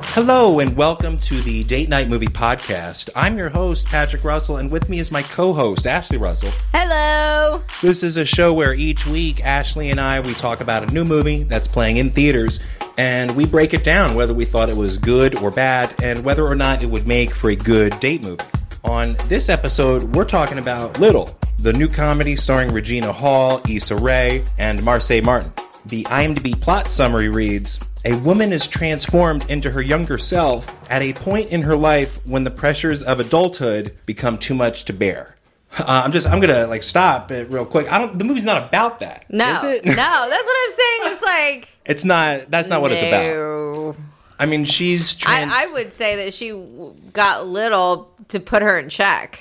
Hello and welcome to the Date Night Movie Podcast. I'm your host, Patrick Russell, and with me is my co host, Ashley Russell. Hello. This is a show where each week Ashley and I we talk about a new movie that's playing in theaters and we break it down whether we thought it was good or bad and whether or not it would make for a good date movie. On this episode, we're talking about Little, the new comedy starring Regina Hall, Issa Rae, and Marseille Martin. The IMDb plot summary reads A woman is transformed into her younger self at a point in her life when the pressures of adulthood become too much to bear. Uh, I'm just I'm gonna like stop it real quick. I don't. The movie's not about that. No. is it? no, that's what I'm saying. It's like it's not. That's not what it's about. no. I mean, she's trans. I, I would say that she w- got little to put her in check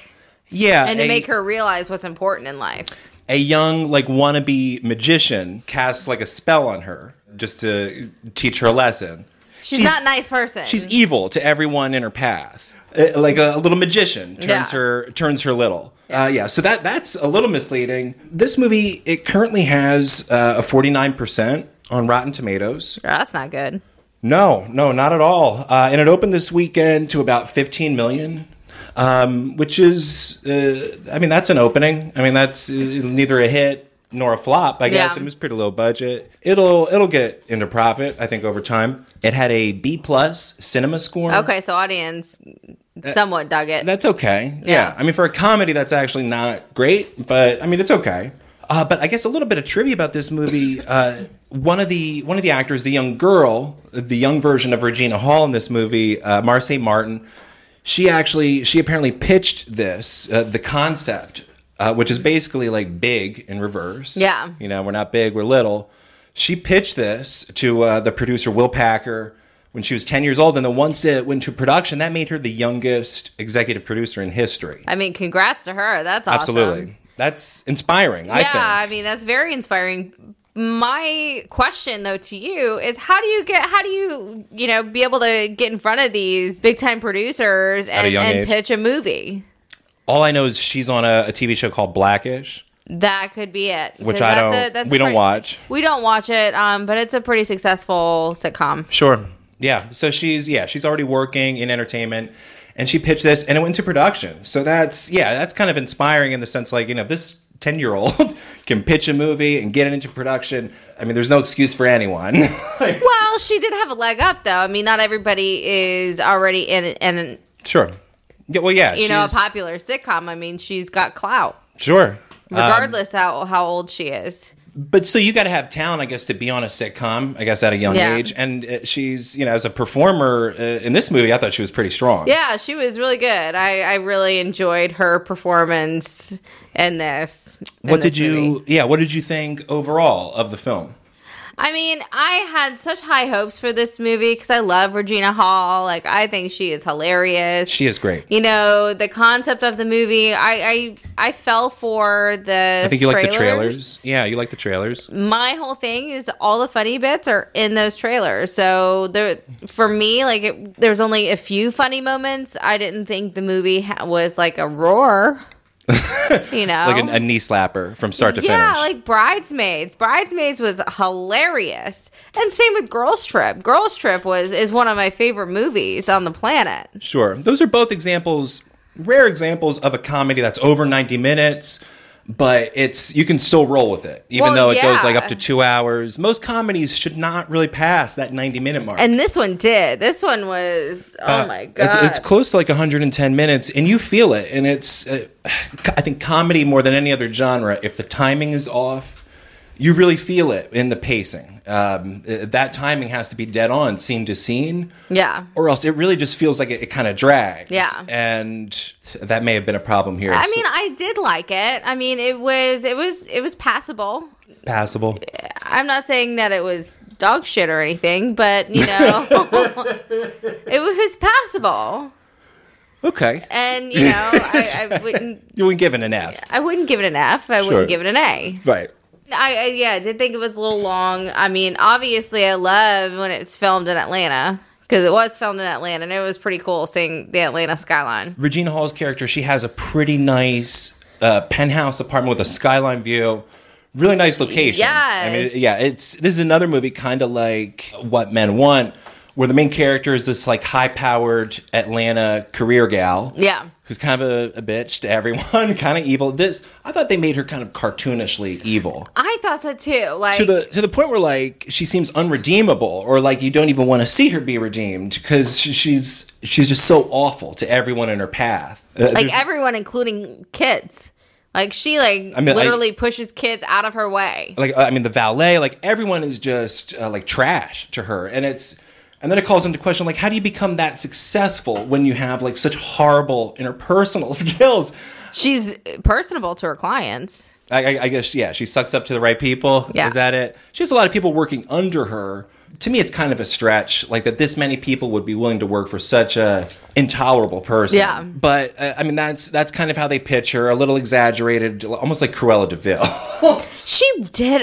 yeah, and to a, make her realize what's important in life. a young like wannabe magician casts like a spell on her just to teach her a lesson. She's, She's- not a nice person. She's evil to everyone in her path. Uh, Like a, little magician turns Yeah. her turns her little. Uh, yeah, so that that's a little misleading. This movie it currently has uh, a forty nine percent on Rotten Tomatoes. Girl, that's not good. No, no, not at all. Uh, and it opened this weekend to about 15 million, um, which is, uh, I mean, that's an opening. I mean, that's uh, neither a hit nor a flop. I guess Yeah. it was pretty low budget. It'll it'll get into profit, I think, over time. It had a B plus cinema score. Okay, so audience Uh, somewhat dug it. That's okay. Yeah. Yeah. I mean, for a comedy, that's actually not great, but I mean, it's okay. Uh, but I guess a little bit of trivia about this movie. Uh, one of the one of the actors, the young girl, the young version of Regina Hall in this movie, uh, Marseille Martin. She actually she apparently pitched this uh, the concept, uh, which is basically like big in reverse. Yeah. You know, we're not big, we're little. She pitched this to uh, the producer Will Packer when she was 10 years old. And then once it went to production, that made her the youngest executive producer in history. I mean, congrats to her. That's awesome. Absolutely. That's inspiring, I Yeah, think. I mean, that's very inspiring. My question though to you is how do you get how do you, you know, be able to get in front of these big time producers a and, young age. and pitch a movie? All I know is she's on a, a TV show called Blackish, That could be it. 'Cause which I that's don't, a- that's a we don't pretty- watch. We don't watch it, um, but it's a pretty successful sitcom. Sure. Yeah. So she's, yeah, she's already working in entertainment. And she pitched this and it went to production. So that's, yeah, that's kind of inspiring in the sense like, you know, this 10 year old can pitch a movie and get it into production. I mean, there's no excuse for anyone. Like- Well, she did have a leg up though. I mean, not everybody is already in in Sure. Yeah, well, yeah. you know a she's- popular sitcom. I mean, she's got clout Sure. Um, regardless how how old she is. but so you got to have talent, I guess, to be on a sitcom, I guess, at a young Yeah. age. And uh, she's, you know, as a performer uh, in this movie, I thought she was pretty strong. Yeah, she was really good. I, I really enjoyed her performance in this. in What this did you, movie. yeah, what did you think overall of the film? I mean, I had such high hopes for this movie because I love Regina Hall. Like, I think she is hilarious. She is great. you know the concept of the movie. I I, I fell for the. I think you like the trailers. Yeah, you like the trailers. my whole thing is all the funny bits are in those trailers. So there, for me, like it, there's only a few funny moments. I didn't think the movie ha- was like a roar. you know, Like a, a knee slapper from start to Oh. yeah, finish. like bridesmaids. Bridesmaids was hilarious, and same with Girls Trip. Girls Trip was is one of my favorite movies on the planet. Sure. Those are both examples, rare examples of a comedy that's over 90 minutes, but it's you can still roll with it, even Well, though it goes yeah. like up to two hours. Most comedies should not really pass that 90 minute mark. And this one did. This one was oh Uh, my it's- god, It's, close to like 110 minutes, and you feel it. And it's, uh, I think, comedy more than any other genre. If the timing is off, you really feel it in the pacing. Um, uh, that timing has to be dead on, scene to scene. yeah. or else it really just feels like it, it kind of drags. Yeah. and that may have been a problem here. I So- mean, I did like it. I mean, it was it was it was passable. passable. I'm not saying that it was dog shit or anything, but you know, it was passable. Okay, And you know, I, I wouldn't you wouldn't give it an F, I wouldn't give it an F. I Sure. wouldn't give it an A. right? I, I yeah, I did think it was a little long. I mean, obviously, I love when it's filmed in Atlanta because it was filmed in Atlanta, and it was pretty cool seeing the Atlanta skyline. Regina Hall's character, she has a pretty nice uh, penthouse apartment with a skyline view. Really nice location. I mean, Yes. yeah, it's this is another movie kind of like What Men Want, where the main character is this like high powered Atlanta career gal. Yeah. Who's kind of a, a bitch to everyone, kind of evil. This I thought they made her kind of cartoonishly evil. I thought so too. Like, to the to the point where like she seems unredeemable or like you don't even want to see her be redeemed because she's she's just so awful to everyone in her path. Uh, like there's- everyone, including kids. Like she, like mean, I- literally pushes kids out of her way. like uh, I mean the valet, like everyone is just uh, like trash to her, and it's and then it calls into question like how do you become that successful when you have like such horrible interpersonal skills? She's personable to her clients. I, I, I guess yeah, she sucks up to the right people. Yeah. Is that it? She has a lot of people working under her. To me, it's kind of a stretch, like that this many people would be willing to work for such a intolerable person. Yeah. But uh, I mean, that's that's kind of how they pitch her, a little exaggerated, almost like Cruella Deville. She did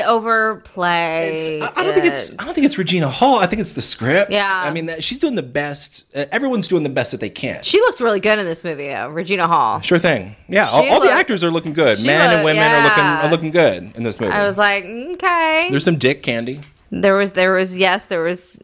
overplay. It's- I I don't think it's. it. I don't think it's Regina Hall. I think it's the script. Yeah. I mean, that, she's doing the best. Uh, everyone's doing the best that they can. She looked really good in this movie, though. Regina Hall. sure thing. Yeah. All, She all the look- actors are looking good. she Men and look- women are yeah. looking are looking good in this movie. I was like, okay. There's some dick candy. there was, there was, yes, there was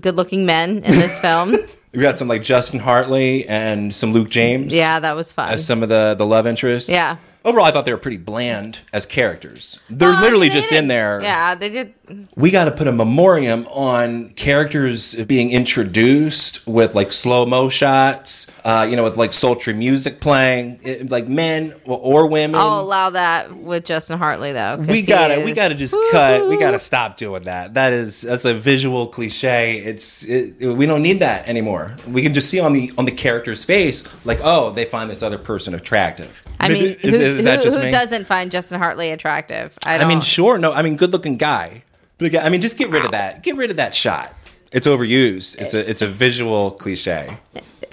good-looking men in this film. We got some like Justin Hartley and some Luke James. yeah, that was fun. As some of the the love interests. Yeah. Overall, I thought they were pretty bland as characters. They're Well, I literally mean, they just did- in there. Yeah, they did. we got to put a memoriam on characters being introduced with like slow mo shots, uh, you know, with like sultry music playing, it, like men or, or women. I'll allow that with Justin Hartley though. 'cause we he gotta, we is- gotta just Woo! cut. We gotta stop doing that. That is, that's a visual cliche. It's, it, we don't need that anymore. We can just see on the on the character's face, like, oh, they find this other person attractive. I Maybe- mean, who, is- is that who- just who me? doesn't find Justin Hartley attractive? I, I don't. mean, sure. No, I mean, good looking guy. But again, I mean, just get rid of that. Get rid of that shot. It's overused. It's a it's a visual cliche.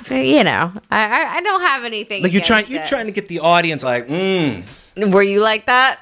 you know, I, I, I don't have anything. Like you're trying against you're it. trying to get the audience like, mm, Were you like that?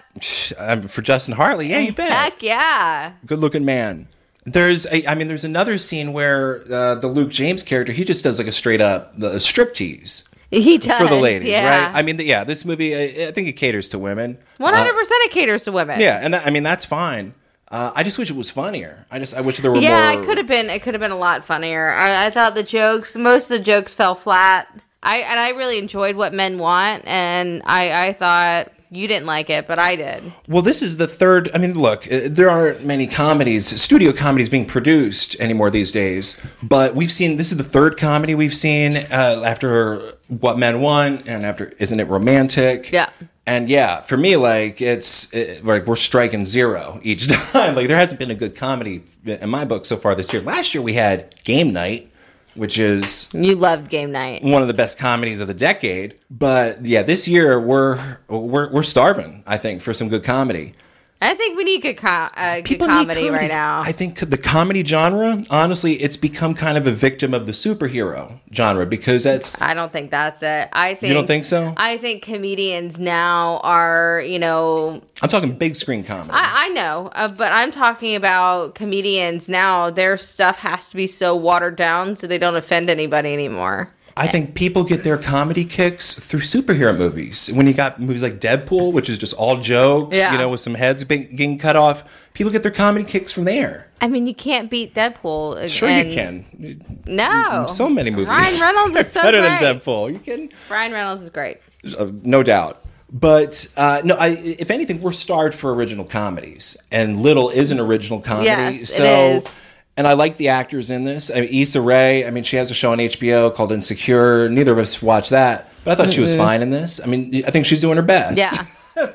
um, for Justin Hartley, yeah, you bet. Heck yeah. Good looking man. There's a, I mean, there's another scene where uh, the Luke James character he just does like a straight up the striptease He does for the ladies, yeah. right? I mean, yeah, this movie I, I think it caters to women. Uh, One hundred percent, it caters to women. Yeah, and that, I mean that's fine. Uh, I just wish it was funnier. I just I wish there were yeah. more. It could have been. It could have been a lot funnier. I, I thought the jokes, most of the jokes, fell flat. I and I really enjoyed what men want, and I I thought you didn't like it, but I did. Well, this is the third. I mean, look, uh, there aren't many comedies, studio comedies being produced anymore these days. But we've seen this is the third comedy we've seen uh, after What Men Want and after Isn't It Romantic? Yeah. And yeah, for me, like it's uh like we're striking zero each time. Like there hasn't been a good comedy in my book so far this year. Last year we had Game Night, which is You loved game night. one of the best comedies of the decade. But yeah, this year we're we're we're starving. I think for some good comedy. I think we need good, co- uh, good People need comedy right comedies. now. I think the comedy genre, honestly, it's become kind of a victim of the superhero genre because that's I don't think that's it. I think don't think so? I think comedians now are, you know, I'm talking big screen comedy. I, I know, uh, but I'm talking about comedians now. Their stuff has to be so watered down so they don't offend anybody anymore. I think people get their comedy kicks through superhero movies. When you got movies like Deadpool, which is just all jokes, Yeah. you know, with some heads being, getting cut off, people get their comedy kicks from there. I mean, you can't beat Deadpool. and- Sure, and- you can. No, So many movies. Ryan Reynolds is so better great. than Deadpool. You can. Ryan Reynolds is great. uh, no doubt. But uh, no, I, if anything, we're starved for original comedies, and little is an original comedy. Yes, it so, is. and I like the actors in this. I mean, Issa Rae. I mean, she has a show on HBO called Insecure. Neither of us watched that, but I thought she was fine in this. I mean, I think she's doing her best. Yeah.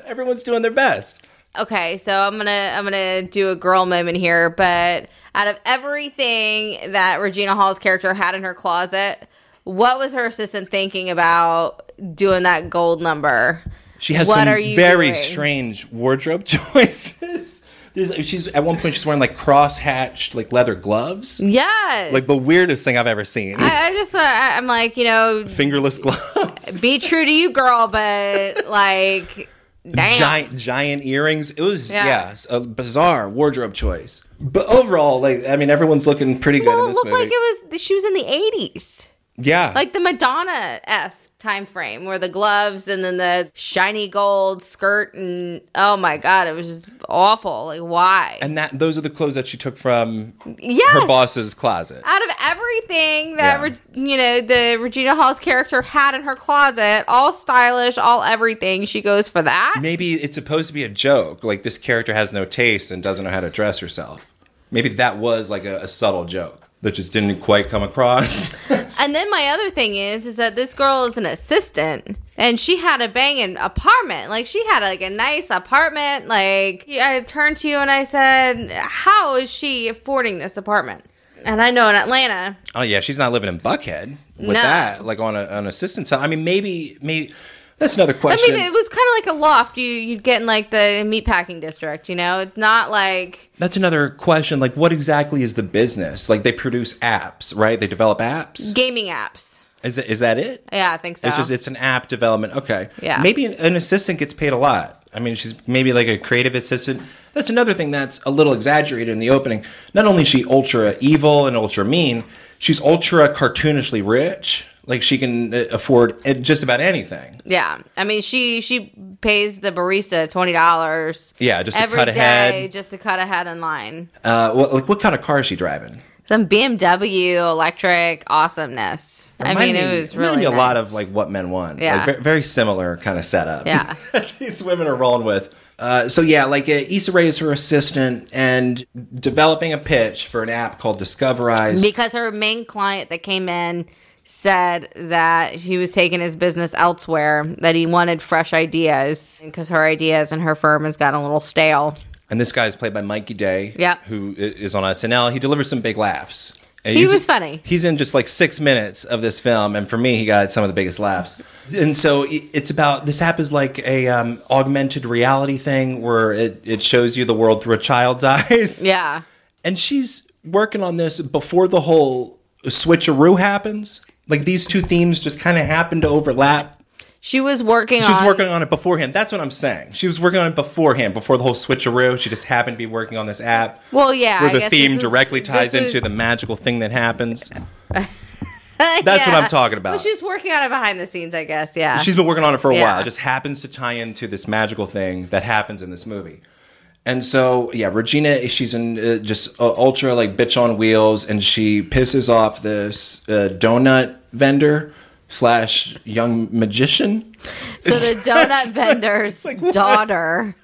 everyone's doing their best. Okay, so I'm gonna I'm gonna do a girl moment here, but out of everything that Regina Hall's character had in her closet, what was her assistant thinking about doing that gold number? She has What some are you very doing? strange wardrobe choices. There's, she's at one point she's wearing like cross-hatched like leather gloves, Yes, like the weirdest thing I've ever seen. Mm. I, I just uh, I- I'm like you know, Fingerless gloves. be true to you, girl, but like, damn, giant giant earrings. It was Yeah. yeah, a bizarre wardrobe choice. But overall, like I mean, everyone's looking pretty good in well, it this looked movie. like it was she was in the 80s. Yeah. like the Madonna esque time frame, where the gloves and then the shiny gold skirt and oh my god, it was just awful. Like why? and that those are the clothes that she took from yes, her boss's closet. out of everything that Yeah. Re- you know the Regina Hall's character had in her closet, all stylish, all everything, she goes for that. Maybe it's supposed to be a joke, like this character has no taste and doesn't know how to dress herself. Maybe that was like a, a subtle joke that just didn't quite come across. And then my other thing is, is that this girl is an assistant, and she had a banging apartment. Like she had like a nice apartment. Like I turned to you and I said, "How is she affording this apartment?" And I know in Atlanta, oh yeah, she's not living in Buckhead with No. that, like on a, an assistant side. I mean, maybe maybe that's another I question. mean, it was kind of like a loft you you'd get in like the meatpacking district. You know, it's not like that's another question. Like, what exactly is the business? Like, they produce apps, right? They develop apps. gaming apps. Is that, is that it? Mm. Yeah, I think so. It's just it's an app development. Okay. Yeah. Maybe an, an assistant gets paid a lot. I mean, she's maybe like a creative assistant. That's another thing that's a little exaggerated in the opening. Not only is she ultra evil and ultra mean, she's ultra cartoonishly rich. Like she can uh, afford uh, just about anything. Yeah, I mean, she she pays the barista twenty dollars. Yeah, just to every day cut ahead. just to cut ahead in line. Uh, what, like what kind of car is she driving? Some BMW electric awesomeness. I mean, Reminded it me- was reminded really me a lot nice. of like what men want. Yeah. Like, ve- very similar kind of setup. Yeah. these women are rolling with. Uh, so yeah, like uh, Issa Rae is her assistant and developing a pitch for an app called Discoverize. because her main client that came in said that he was taking his business elsewhere. That he wanted fresh ideas because her ideas and her firm has gotten a little stale. and this guy is played by Mikey Day, Yeah. who i- is on SNL. He delivers some big laughs. And He he's- was funny. He's in just like six minutes of this film, and for me, he got some of the biggest laughs. And so i- it's about this app is like a um, augmented reality thing where it, it shows you the world through a child's eyes. Yeah, And she's working on this before the whole switcheroo happens. Like these two themes just kind of happen to overlap. she was working. She was on, working on it beforehand. That's what I'm saying. She was working on it beforehand, before the whole switcheroo. She just happened to be working on this app Well, yeah, I where the guess theme this is- directly this ties into is- the magical thing that happens. That's what I'm talking about. Well, she's working on it behind the scenes, I guess. Yeah, She's been working on it for a Yeah. while. It just happens to tie into this magical thing that happens in this movie. And so, yeah, Regina, she's in uh, just uh, ultra like bitch on wheels, and she pisses off this uh, donut vendor slash young magician. So the donut vendor's daughter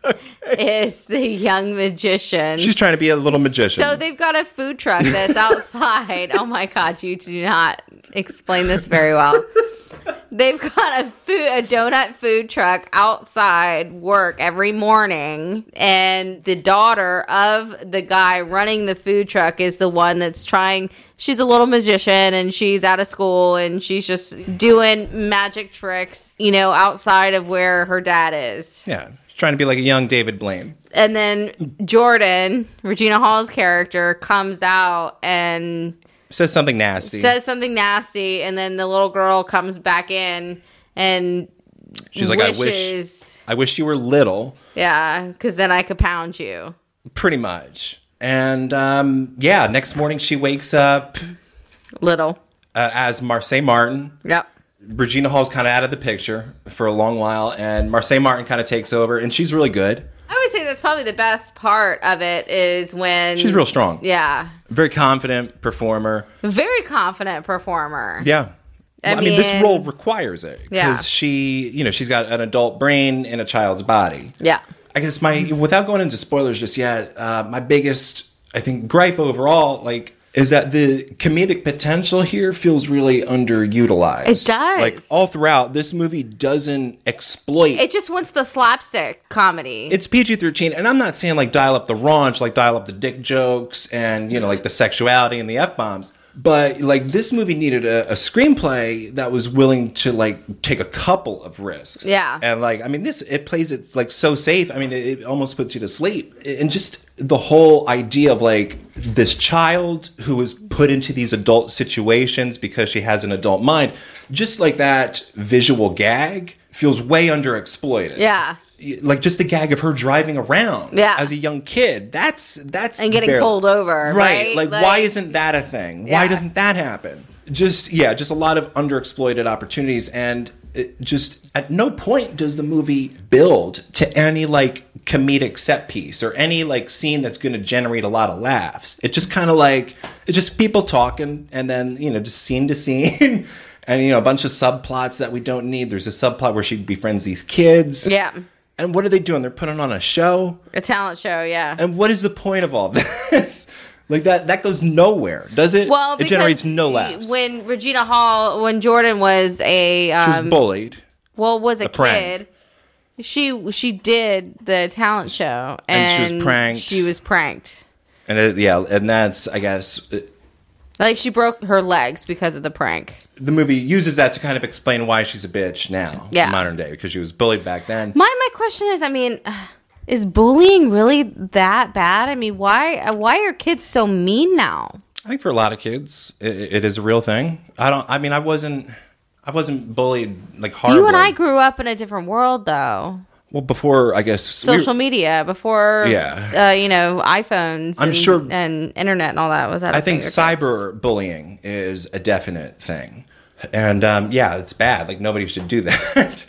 is the young magician. She's trying to be a little magician. So they've got a food truck that's outside. oh my god, you do not explain this very well. They've got a food a donut food truck outside work every morning and the daughter of the guy running the food truck is the one that's trying she's a little magician and she's out of school and she's just doing magic tricks, you know, outside of where her dad is yeah, she's trying to be like a young David Blaine. and then Jordan, Regina Hall's character, comes out and Says something nasty. says something nasty, and then the little girl comes back in and she's like, I wish, wishes, I wish you were little. yeah, because then I could pound you. Pretty much. And um, yeah, next morning she wakes up Little, uh, as Marseille Martin. yep, Regina Hall's kind of out of the picture for a long while, and Marseille Martin kind of takes over, and she's really good. I would say that's probably the best part of it is when She's real strong, yeah, very confident performer. very confident performer. Yeah, I I, mean, this mean- role requires it because Yeah. she, you know, she's got an adult brain in a child's body. yeah. I guess my without going into spoilers just yet, uh, my biggest I think gripe overall, like, is that the comedic potential here feels really underutilized. It does. Like all throughout, this movie doesn't exploit It just wants the slapstick comedy. it's PG thirteen, and I'm not saying like dial up the raunch, like dial up the dick jokes, and you know like the sexuality and the f bombs. But like this movie needed a, a screenplay that was willing to like take a couple of risks. Yeah. and like I mean this, it plays it like so safe. I mean it, it almost puts you to sleep, and just the whole idea of like this child who is put into these adult situations because she has an adult mind, just like that visual gag feels way underexploited yeah, like just the gag of her driving around Yeah. as a young kid that's that's and getting barely- pulled over, right, right? Like, why isn't that a thing why Yeah. doesn't that happen just yeah, just a lot of underexploited opportunities, and it just at no point does the movie build to any like comedic set piece or any like scene that's going to generate a lot of laughs. It just kind of like it's just people talking, and then you know just scene to scene. And you know a bunch of subplots that we don't need. There's a subplot where she befriends these kids. Yeah. And what are they doing? They're putting on a show. A talent show, yeah. And what is the point of all this? like that that goes nowhere, does it? Well, it because generates no laughs. When Regina Hall, when Jordan was a she um, was bullied. well, was a, prank. kid. She she did the talent show and, And she was pranked. She was pranked. And it, yeah, and that's I guess it- Like she broke her legs because of the prank. the movie uses that to kind of explain why she's a bitch now, Yeah. modern day, because she was bullied back then. My my question is, I mean, is bullying really that bad? I mean, why why are kids so mean now? I think for a lot of kids, i it is a real thing. I don't. I mean, I wasn't. I wasn't bullied like hard. You and I grew up in a different world, though. Well, before I guess we- Social media before, Yeah. uh, you know, iPhones. I'm and, sure- and internet and all that was that. I think cyberbullying is a definite thing, and um, yeah, it's bad. Like nobody should do that.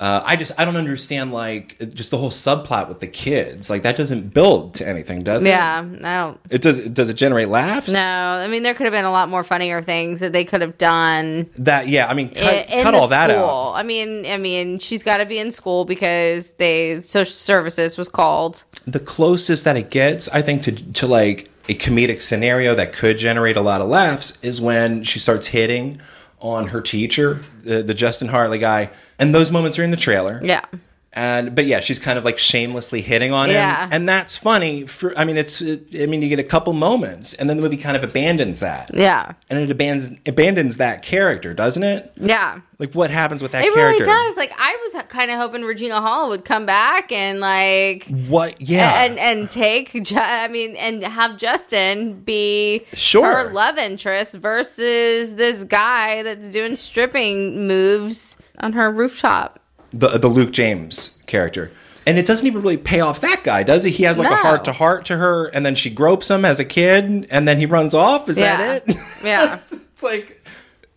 Uh, I just I don't understand like just the whole subplot with the kids. Like that doesn't build to anything, does it? Yeah, I don't. It does. Does it generate laughs? No, I mean there could have been a lot more funnier things that they could have done. That yeah. I mean, cut, in cut the all that out. school. I mean, I mean, she's got to be in school because they social services was called. The closest that it gets, I think, to to like a comedic scenario that could generate a lot of laughs is when she starts hitting on her teacher, the, the Justin Hartley guy, and those moments are in the trailer. Yeah, and but yeah she's kind of like shamelessly hitting on Yeah. him and that's funny for i mean it's i mean you get a couple moments and then the movie kind of abandons that yeah, and it abandons abandons that character doesn't it yeah. like what happens with that It character really does. Like I was kind of hoping Regina Hall would come back and like what yeah and and take. Ju- I mean, and have Justin be Sure. her love interest versus this guy that's doing stripping moves on her rooftop. the, the luke james character and it doesn't even really pay off that guy does it he has like a No. heart to heart to her and then she gropes him as a kid and then he runs off is Yeah. that it Yeah. it's like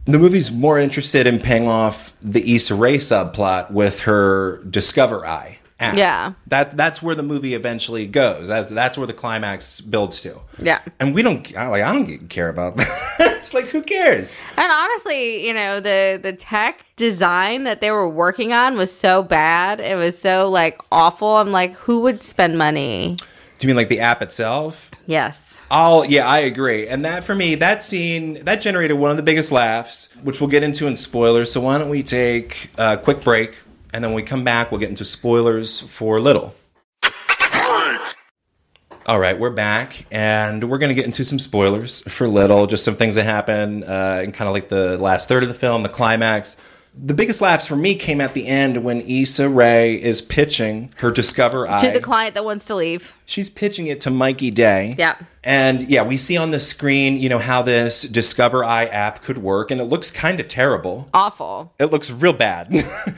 the movie's more interested in paying off the Issa Rae subplot with her Discover Eye. App. Yeah. that that's where the movie eventually goes. That's that's where the climax builds to. Yeah. and we don't I- like I don't care about that. it's like who cares? And honestly, you know, the the tech design that they were working on was so bad. It was so like awful. I'm like, who would spend money? Do you mean like the app itself? Yes. Oh yeah, I agree. And that for me, that scene that generated one of the biggest laughs, which we'll get into in spoilers. So why don't we take a quick break, and then when we come back, we'll get into spoilers for Little. All right, we're back, and we're going to get into some spoilers for Little, just some things that happen uh, in kind of like the last third of the film, the climax. The biggest laughs for me came at the end when Issa Rae is pitching her Discover Eye To the client that wants to leave. she's pitching it to Mikey Day. Yeah. And yeah, we see on the screen, you know, how this Discover Eye app could work, and it looks kind of terrible. Awful. It looks real bad.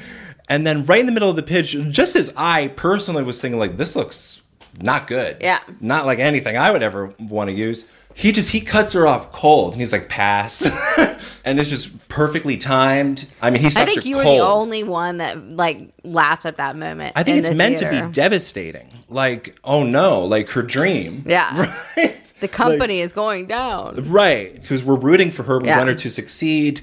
and then right in the middle of the pitch, just as I personally was thinking, like, this looks not good. Yeah. Not like anything I would ever want to use. He just he cuts her off cold, and he's like, pass. and it's just perfectly timed. I mean, he I stops think her you were cold. the only one that like laughed at that moment. I think in it's the meant to theater. be devastating. Like, oh no, like her dream. Yeah. Right? The company is going down. Right, because we're rooting for her. We Yeah. want her to succeed.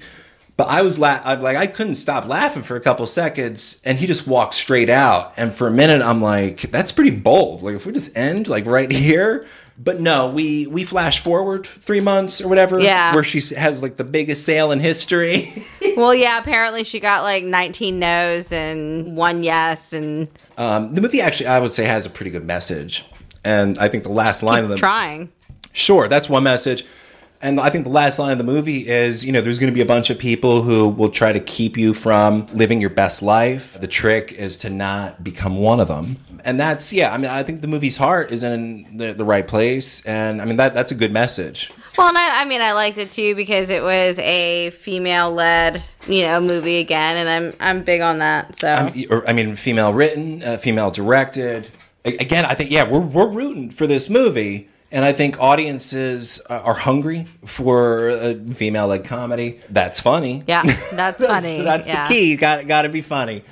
But I was la- I'm like, I couldn't stop laughing for a couple seconds, and he just walked straight out. And for a minute, I'm like, that's pretty bold. Like, if we just end like right here. But no, we we flash forward three months or whatever. Yeah. where she has like the biggest sale in history. well, yeah, apparently she got like 19 no's and one yes and um, the movie actually, I would say, has a pretty good message. And I think the last line of the trying. Sure, that's one message. And I think the last line of the movie is, you know, there's going to be a bunch of people who will try to keep you from living your best life. The trick is to not become one of them. And that's yeah, I mean, I think the movie's heart is in the, the right place and I mean that that's a good message. Well, and I, I mean, I liked it too because it was a female-led, you know, movie again, and I'm I'm big on that. So I'm, or, I mean, female written, uh, female directed. A- Again, I think yeah, we're we're rooting for this movie. And I think audiences uh, are hungry for a female-led comedy that's funny. Yeah, that's funny. that's Yeah. the key. Got got to be funny.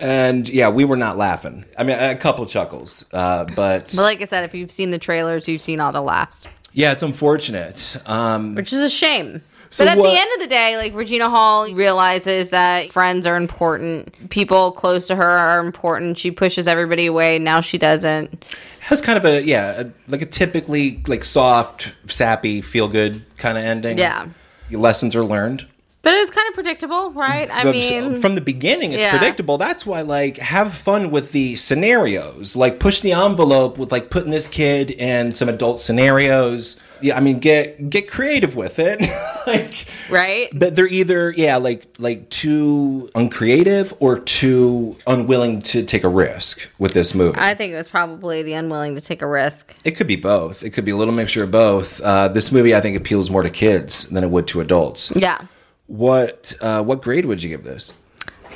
And yeah, we were not laughing. I mean, a couple chuckles, uh, but But like I said, if you've seen the trailers, you've seen all the laughs, yeah, it's unfortunate. Um, which is a shame. So but at what- the end of the day, like Regina Hall realizes that friends are important. People close to her are important. She pushes everybody away. Now she doesn't. has kind of a yeah, a, like a typically like soft, sappy, feel good kind of ending. Yeah. Your lessons are learned. But it was kind of predictable, right? I But mean, from the beginning, it's Yeah. predictable. That's why, like, have fun with the scenarios. Like, push the envelope with like putting this kid in some adult scenarios. Yeah, I mean, get get creative with it. like, right? but they're either yeah, like like too uncreative or too unwilling to take a risk with this movie. I think it was probably the unwilling to take a risk. It could be both. It could be a little mixture of both. Uh, this movie, I think, appeals more to kids than it would to adults. Yeah. What uh, what grade would you give this?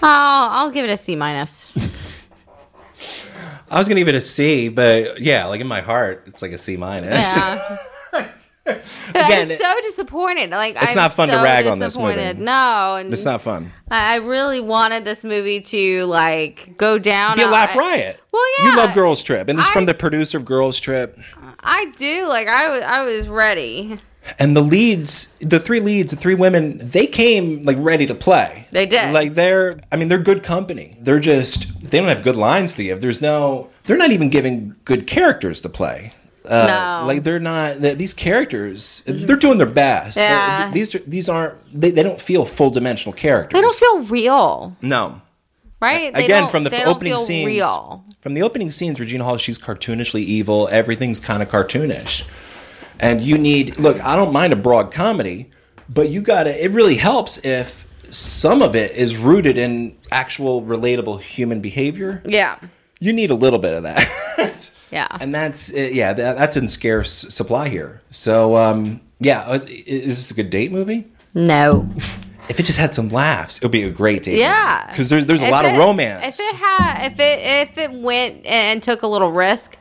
Oh, I'll give it a C minus. I was gonna give it a C, but yeah, like in my heart, it's like a C minus. Yeah. Again, I'm so disappointed. Like it's I'm not fun to so rag on this movie. disappointed. No, and it's not fun. I I really wanted this movie to like go down. Be a I- laugh riot. Well, You yeah. love Girls Trip, and this is from I- the producer of Girls Trip. I do. Like I was, I was ready. And the leads, the three leads, the three women, they came like ready to play. They did. Like they're, I mean, they're good company. They're just, they don't have good lines to give. There's no, they're not even giving good characters to play. Uh, No. Like they're not, th- these characters, they're doing their best. They're- Yeah. These, are- these aren't, they, they don't feel full dimensional characters. They don't feel real, no. right? They Again, don't- from the they f- don't opening feel scenes. real. From the opening scenes, Regina Hall, she's cartoonishly evil. Everything's kind of cartoonish. And you need, look, I don't mind a broad comedy, but you gotta, it really helps if some of it is rooted in actual relatable human behavior. Yeah, You need a little bit of that. yeah. and that's, uh, yeah, that, that's in scarce supply here. So, um, yeah, uh, i- is this a good date movie? no. If it just had some laughs, it would be a great date. Yeah. Because there's, there's a If lot it- of romance. If it had, if it, if it went and took a little risk,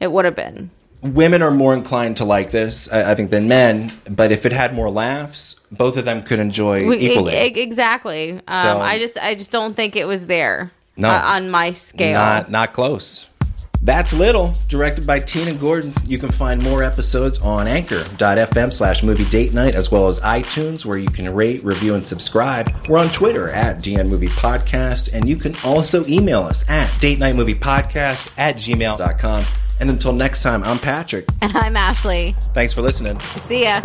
it would have been. women are more inclined to like this, I, I think, than men. But if it had more laughs, both of them could enjoy We- e- equally. e- exactly. Um, So- I just, I just don't think it was there. No. uh, on my scale. not not close. That's Little, directed by Tina Gordon. You can find more episodes on anchor.fm slash movie date night, as well as iTunes, where you can rate, review, and subscribe. We're on Twitter at DN Movie Podcast, and you can also email us at date night movie podcast at gmail.com. And until next time, I'm Patrick. and I'm Ashley. Thanks for listening. See ya.